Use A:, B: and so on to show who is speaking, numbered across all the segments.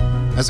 A: As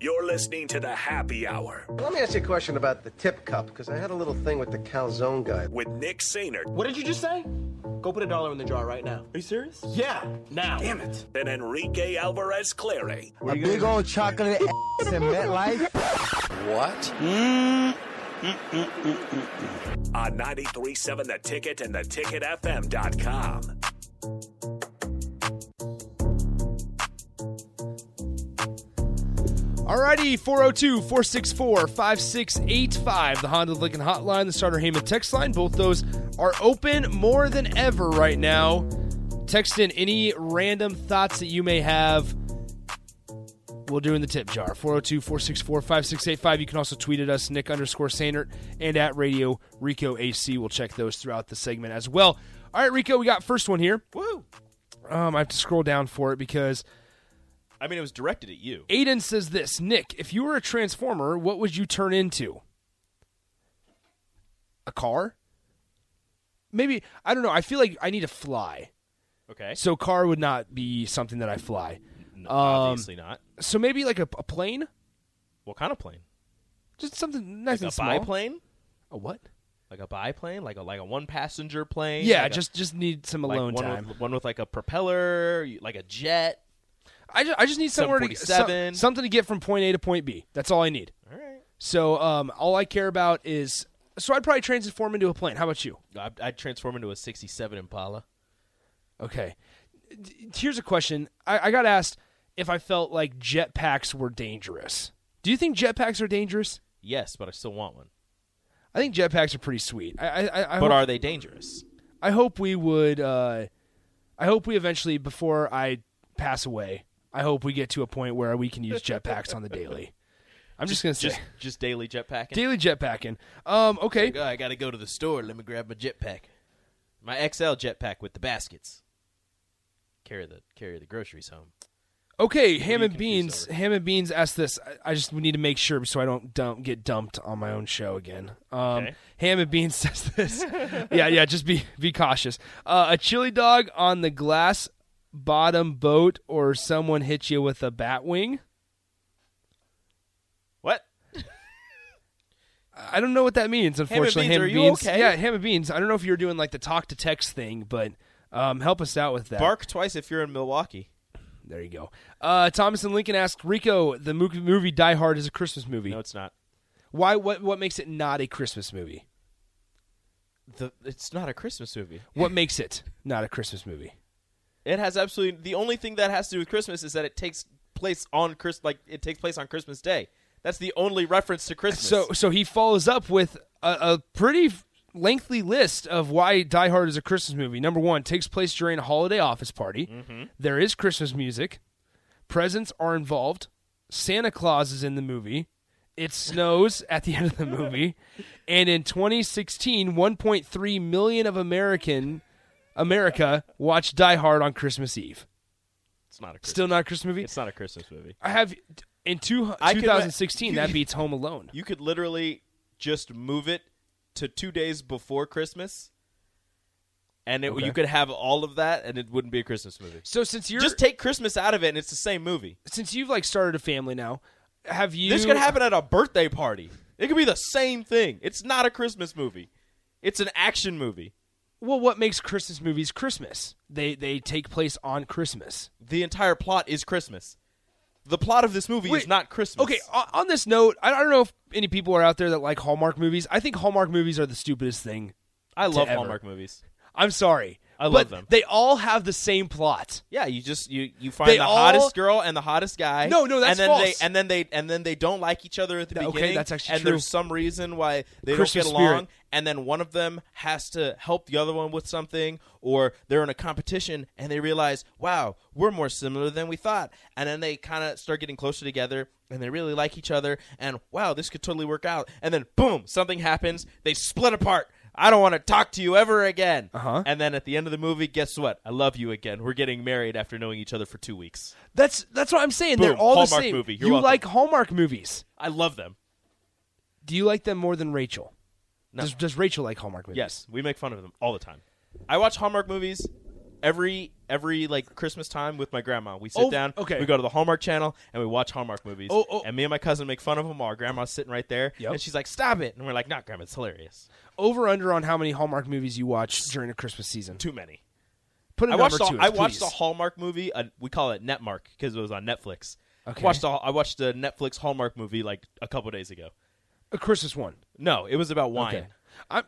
B: You're listening to the happy hour
C: Let me ask you a question about the tip cup because I had a little thing with the calzone guy.
B: with Nick Sainert
D: What did you just say? Go put a dollar in the jar right now. Are you serious? Yeah, now. Damn it.
B: and Enrique Alvarez Clary.
C: A big old chocolate ass in MetLife.
B: on 937 The Ticket and theticketfm.com.
E: Alrighty, 402 464 5685, the Honda Lincoln Hotline, the Starter Heyman text line. Both those are open more than ever right now. Text in any random thoughts that you may have. We'll do in the tip jar. 402 464 5685. You can also tweet at us, Nick underscore Sainert, and at Radio Rico AC. We'll check those throughout the segment as well. All right, Rico, we got first one here.
F: Woo!
E: Um, I have to scroll down for it because
F: I mean, it was directed at you.
E: Aiden says this Nick, if you were a transformer, what would you turn into? A car? Maybe, I don't know. I feel like I need to fly.
F: Okay.
E: So, car would not be something that I fly.
F: No, obviously not.
E: So, maybe like a, a plane?
F: What kind of plane?
E: Just something nice
F: Like a
E: and small.
F: biplane?
E: A what?
F: Like a biplane? Like a like a one passenger plane?
E: Yeah,
F: Like a-
E: just just need some
F: like
E: alone
F: one
E: time.
F: With, one with like a propeller, like a jet.
E: I, just, I just need somewhere to some,
F: 747.
E: something to get from point A to point B. That's all I need.
F: All right.
E: So, um, all I care about is so I'd probably transform into a plane. How about you?
F: I'd, I'd transform into a '67 Impala.
E: Okay. D- Here's a question. I, I got asked if I felt like jetpacks were dangerous. Do you think jetpacks are dangerous?
F: Yes, but I still want one.
E: I think jetpacks are pretty sweet. I I, I, I,
F: but
E: hope,
F: are they dangerous?
E: I hope we would. Uh, I hope we eventually, before I pass away, I hope we get to a point where we can use jetpacks on the daily. I'm just, gonna say
F: Just just daily jetpacking.
E: daily jetpacking. Um. Okay.
F: Oh, I gotta go to the store. Let me grab my jetpack. My XL jetpack with the baskets. Carry the carry the groceries home.
E: Okay, ham and
F: confused
E: beans.
F: over?
E: Ham and beans asked this. I, I just we need to make sure so I don't dump, get dumped on my own show again. Um,
F: Okay.
E: Ham and beans says this. yeah, yeah. Just be be cautious. Uh, a chili dog on the glass bottom boat, or someone hit you with a bat wing.
F: What?
E: I don't know what that means. Unfortunately,
F: beans,
E: ham
F: are
E: and
F: you
E: beans.
F: okay?
E: Yeah, ham and beans. I don't know if you're doing like the talk to text thing, but um, help us out with that.
F: Bark twice if you're in Milwaukee.
E: There you go. Uh, Thomas and Lincoln asked Rico, the mo- movie Die Hard is a Christmas movie.
F: No, it's not.
E: Why? What? What makes it not a Christmas movie?
F: The it's not a Christmas movie.
E: What makes it not a Christmas movie?
F: It has absolutely the only thing that has to do with Christmas is that it takes place on Chris like it takes place on Christmas Day. That's the only reference to Christmas.
E: So, so he follows up with a, a pretty f- lengthy list of why Die Hard is a Christmas movie. Number one, takes place during a holiday office party. There is Christmas music. Presents are involved. Santa Claus is in the movie. It snows at the end of the movie, and in 2016, 1.3 million of American America watched Die Hard on Christmas Eve.
F: it's not a Christmas.
E: Still not a Christmas movie.
F: it's not a Christmas movie.
E: I have in two,
F: I could-
E: 2016
F: you-
E: that beats Home Alone.
F: You could literally just move it to 2 days before Christmas and it, you could have all of that and it wouldn't be a Christmas movie.
E: So since you're
F: Just take Christmas out of it and it's the same movie.
E: since you've like started a family now, have you
F: This could happen at a birthday party. It could be the same thing. It's not a Christmas movie. It's an action movie.
E: Well, what makes Christmas movies Christmas? They they take place on Christmas.
F: The entire plot is Christmas. The plot of this movie
E: Wait,
F: is not Christmas.
E: Okay, on, on this note, I I don't know if any people are out there that like Hallmark movies. I think Hallmark movies are the stupidest thing.
F: I love
E: ever.
F: Hallmark movies.
E: I'm sorry.
F: I love
E: but
F: them.
E: They all have the same plot.
F: Yeah, you just you you find
E: They
F: the
E: all-
F: hottest girl and the hottest guy.
E: No, no, that's
F: and then
E: false.
F: They, and then they and then they don't like each other at the
E: Th- okay,
F: beginning.
E: that's actually
F: and
E: true.
F: there's some reason why they
E: Christmas
F: don't get along.
E: spirit.
F: And then one of them has to help the other one with something, or they're in a competition and they realize, wow, we're more similar than we thought. And then they kind of start getting closer together, and they really like each other. And wow, this could totally work out. And then boom, something happens. They split apart. I don't want to talk to you ever again.
E: Uh-huh.
F: And then at the end of the movie, guess what? I love you again. We're getting married after knowing each other for two weeks.
E: That's that's what I'm saying. They're
F: Boom.
E: all the
F: Hallmark
E: same.
F: movie. You're
E: You
F: welcome.
E: like Hallmark movies.
F: I love them.
E: Do you like them more than Rachel?
F: No.
E: Does, does Rachel like Hallmark movies?
F: Yes, we make fun of them all the time. I watch Hallmark movies every every like Christmas time with my grandma. We sit
E: Oh,
F: down,
E: okay.
F: we go to the Hallmark channel and we watch Hallmark movies.
E: Oh, oh.
F: And me and my cousin make fun of them. Our grandma's sitting right there,
E: Yep.
F: and she's like, "Stop it!" And we're like, "Not, grandma, it's hilarious.
E: Over under on how many Hallmark movies you watch during a Christmas season?
F: Too many."
E: Put a
F: I
E: number
F: watched. A,
E: to it,
F: I watched a
E: please.
F: Hallmark movie. Uh, we call it Netmark because it was on Netflix.
E: Okay.
F: Watched. A, I watched a Netflix Hallmark movie like a couple days ago.
E: a Christmas one.
F: No, it was about wine.
E: Okay. I'm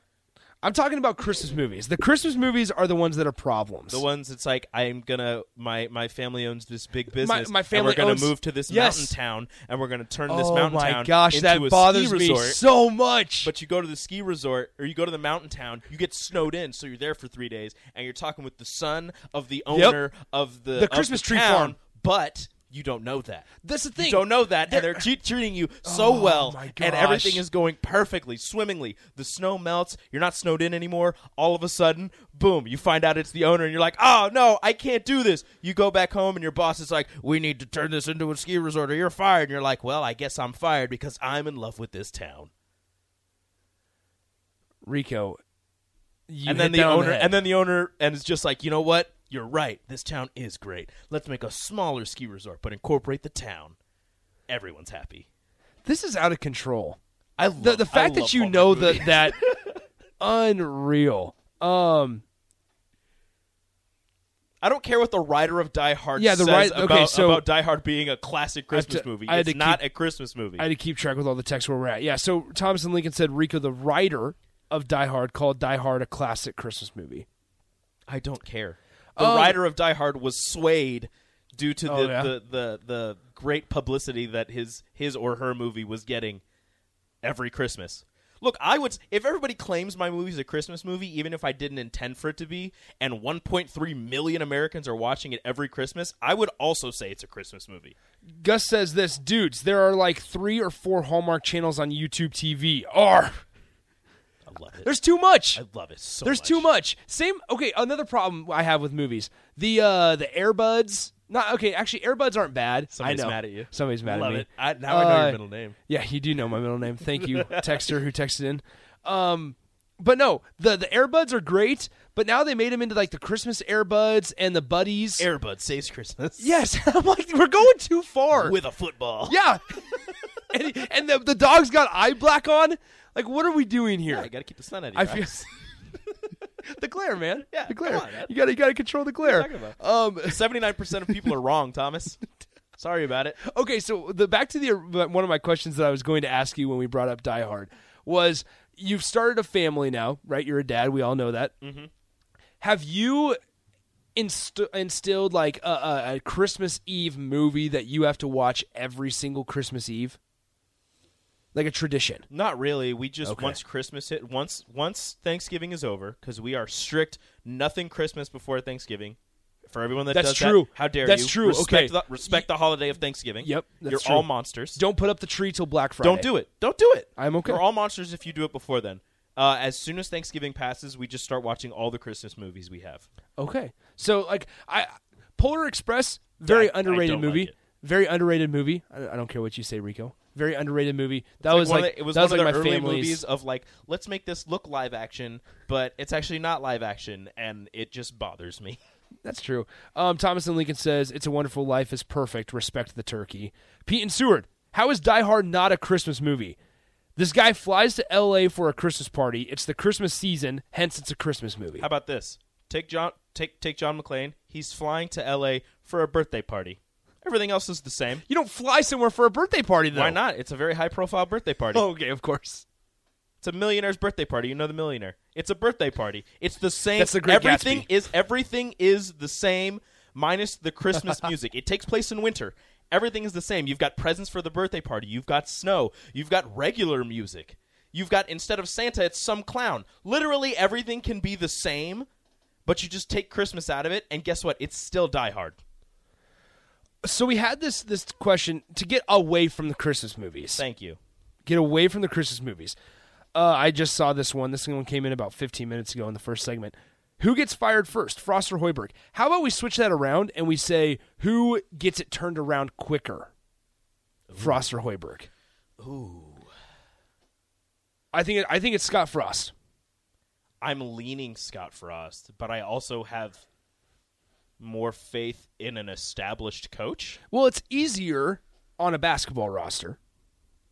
E: I'm talking about Christmas movies. The Christmas movies are the ones that are problems.
F: The ones that's like I'm gonna my my family owns this big business.
E: my
F: and
E: family
F: we're gonna
E: owns-
F: move to this
E: Yes.
F: mountain town, and we're gonna turn this
E: oh
F: mountain
E: my
F: town
E: gosh,
F: into
E: that
F: a
E: bothers
F: ski
E: me
F: resort.
E: so much.
F: but you go to the ski resort or you go to the mountain town, you get snowed in, so you're there for three days, and you're talking with the son of the owner of the
E: The
F: of
E: Christmas tree
F: town,
E: farm.
F: But you don't know that.
E: That's the
F: You
E: thing. Oh
F: don't know that, and they're tre- treating you so well,
E: my
F: and everything
E: gosh.
F: is going perfectly, swimmingly. The snow melts. You're not snowed in anymore. All of a sudden, boom! You find out it's the owner, and you're like, "Oh no, I can't do this." You go back home, and your boss is like, "We need to turn this into a ski resort, or you're fired." And you're like, "Well, I guess I'm fired because I'm in love with this town."
E: Rico, you hit
F: and then the
E: that on
F: owner,
E: head.
F: and then the owner, and is just like, "You know what? You're right. This town is great. Let's make a smaller ski resort, but incorporate the town. Everyone's happy."
E: this is out of control.
F: I love,
E: the, the
F: I
E: fact
F: love
E: that you
F: Hallmark
E: know
F: movies.
E: that that unreal um
F: I don't care what the writer of Die Hard
E: Yeah, the
F: says
E: writer- okay,
F: about,
E: so-
F: about Die Hard being a classic Christmas
E: to-
F: movie.
E: I had
F: It's
E: to
F: not a Christmas movie.
E: i had to keep track with all the text where we're at yeah so thomas and lincoln said rico the writer of die hard called die hard a classic christmas movie
F: I don't care. The
E: Um,
F: writer of Die Hard was swayed due to the,
E: Oh, yeah.
F: the, the, the great publicity that his his or her movie was getting every Christmas. Look, I would if everybody claims my movie's a Christmas movie, even if I didn't intend for it to be, and 1.3 million Americans are watching it every Christmas, I would also say it's a Christmas movie.
E: gus says this dudes there are like three or four hallmark channels on youtube tv or
F: I love it.
E: there's too much
F: I love it so
E: there's
F: much.
E: too much same okay another problem i have with movies the uh the airbuds not okay actually airbuds aren't bad
F: Somebody's
E: I know.
F: mad at you.
E: somebody's mad
F: Love
E: at me
F: it. I, now I know
E: Uh,
F: your middle name.
E: Yeah, you do know my middle name. Thank you, texter who texted in. Um, but no, the the Airbuds are great, but now they made them into like the Christmas Airbuds and the Buddies.
F: Airbud saves Christmas.
E: yes, I'm like we're going too far.
F: With a football.
E: yeah, and, and the the dog's got eye black on. Like, what are we doing here?
F: I gotta keep the sun out of you.
E: I
F: right?
E: feel the glare, man.
F: Yeah,
E: the
F: come
E: glare.
F: on, man.
E: you gotta you gotta control the glare.
F: talking about?
E: Um,
F: 79% of people are wrong, Thomas. Sorry about it.
E: okay, so the back to the uh, one of my questions that I was going to ask you when we brought up Die Hard was you've started a family now, right? You're a dad. We all know that. Mm-hmm. Have you inst- instilled like a, a, a Christmas Eve movie that you have to watch every single Christmas Eve, like a tradition?
F: Not really. We just
E: Okay.
F: once Christmas hit once once Thanksgiving is over because we are strict nothing Christmas before Thanksgiving. For everyone that
E: That's
F: does
E: true.
F: that, how dare
E: That's
F: you?
E: true.
F: Respect
E: Okay.
F: the, respect the holiday of Thanksgiving.
E: Yep, that's
F: You're
E: true.
F: all monsters.
E: Don't put up the tree till Black Friday.
F: Don't do it. Don't do it.
E: I'm okay.
F: We're all monsters if you do it before then. Uh, as soon as Thanksgiving passes, we just start watching all the Christmas movies we have.
E: Okay. So like I Polar Express, very
F: I- I
E: underrated
F: don't
E: movie.
F: like it.
E: very underrated movie. I, I don't care what you say, Rico. Very underrated movie. That
F: Like
E: was
F: one
E: like
F: of the- it was
E: that was
F: one
E: like
F: of
E: my
F: the early
E: family's
F: movies of like let's make this look live action, but it's actually not live action, and it just bothers me.
E: That's true. Um, Thomas and Lincoln says, "It's a Wonderful Life is perfect. Respect the turkey." Pete and Seward, how is Die Hard not a Christmas movie? This guy flies to L.A. for a Christmas party. It's the Christmas season, hence it's a Christmas movie.
F: How about this? Take John, take take John McClane. He's flying to L.A. for a birthday party. Everything else is the same.
E: You don't fly somewhere for a birthday party, though.
F: Why not? It's a very high profile birthday party.
E: Okay, of course.
F: It's a millionaire's birthday party. You know the millionaire. It's a birthday party. It's the same.
E: That's The Great
F: everything
E: Gatsby.
F: is everything is the same, minus the Christmas music. It takes place in winter. Everything is the same. You've got presents for the birthday party. You've got snow. You've got regular music. You've got instead of Santa, it's some clown. Literally everything can be the same, but you just take Christmas out of it, and guess what? It's still Die Hard.
E: So we had this this question to get away from the Christmas movies.
F: Thank you.
E: Get away from the Christmas movies. Uh, I just saw this one. This one came in about 15 minutes ago in the first segment. Who gets fired first, Frost or Hoiberg? How about we switch that around and we say who gets it turned around quicker, Frost or Hoiberg? Ooh, I think it, I think it's Scott Frost.
F: I'm leaning Scott Frost, but I also have more faith in an established coach.
E: Well, it's easier on a basketball roster.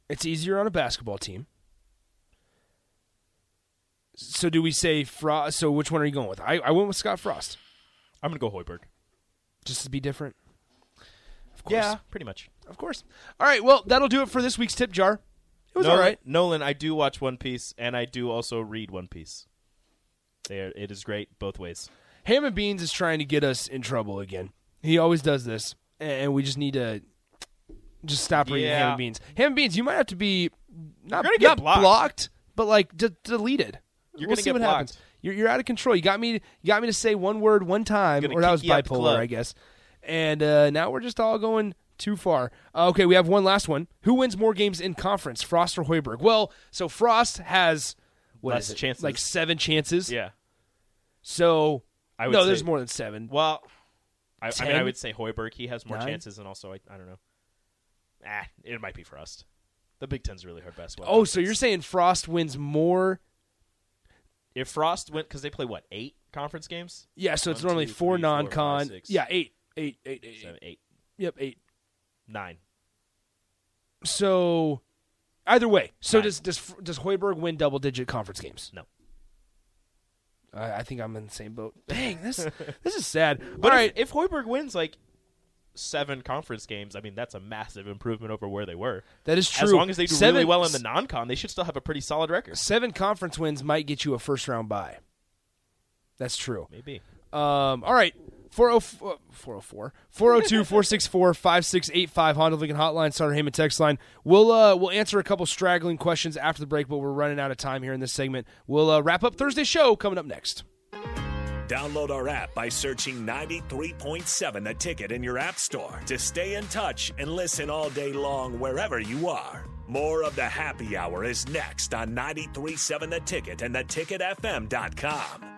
E: It's easier on a basketball team. So do we say Frost? So which one are you going with? I, I went with Scott Frost,
F: I'm gonna go Hoiberg.
E: just to be different. Of course.
F: Yeah, pretty much.
E: of course. All right. Well, that'll do it for this week's tip jar. It was
F: Nolan,
E: all right.
F: Nolan, I do watch One Piece, and I do also read One Piece. There, it is great both ways.
E: Ham and Beans is trying to get us in trouble again. He always does this, and we just need to just stop reading
F: Yeah.
E: Ham and Beans. Ham and Beans, you might have to be not,
F: You're gonna get
E: not
F: blocked.
E: but like d- deleted.
F: You're
E: we'll
F: gonna
E: see
F: get
E: what
F: blocked.
E: happens. You're, you're out of control. You got me. You got me to say one word one time,
F: Gonna
E: or that
F: kick
E: was
F: you out the
E: bipolar,
F: club.
E: I guess. And uh, now we're just all going too far. Uh, okay, we have one last one. Who wins more games in conference, Frost or Hoiberg? Well, so Frost has what
F: Less
E: is it?
F: chances.
E: Like seven chances.
F: Yeah.
E: So
F: I would
E: no,
F: say-
E: there's more than seven.
F: Well, I, I mean, I
E: Ten?
F: would say Hoiberg. He has more
E: Nine?
F: chances, and also I, I don't know. Ah, it might be Frost. The Big Ten's really hard basketball.
E: Oh, so
F: conference.
E: you're saying Frost wins more?
F: if Frost went because they play what eight conference games?
E: Yeah, so it's
F: One,
E: normally
F: two,
E: four
F: three, four,
E: non con.
F: five, six.
E: Yeah, eight, eight, eight, eight,
F: Seven,
E: eight.
F: eight,
E: Yep, eight.
F: nine.
E: So either way, so
F: Nine.
E: does does does Hoiberg win double digit conference games?
F: No.
E: I, I think I'm in the same boat. Dang, this this is sad.
F: But
E: All
F: if,
E: right,
F: if Hoiberg wins like seven conference games, I mean that's a massive improvement over where they were.
E: that is true.
F: As long as they do
E: seven,
F: really well in the non-con, they should still have a pretty solid record.
E: seven conference wins might get you a first round bye. That's true.
F: Maybe.
E: Um, all right. 404 402 464 5685 Honda Lincoln Hotline, Starter Heyman text line. We'll uh, we'll answer a couple straggling questions after the break, but we're running out of time here in this segment. We'll uh, wrap up Thursday's show coming up next.
B: Download our app by searching 93.7 The Ticket in your app store to stay in touch and listen all day long wherever you are. More of the happy hour is next on 93.7 The Ticket and theticketfm.com.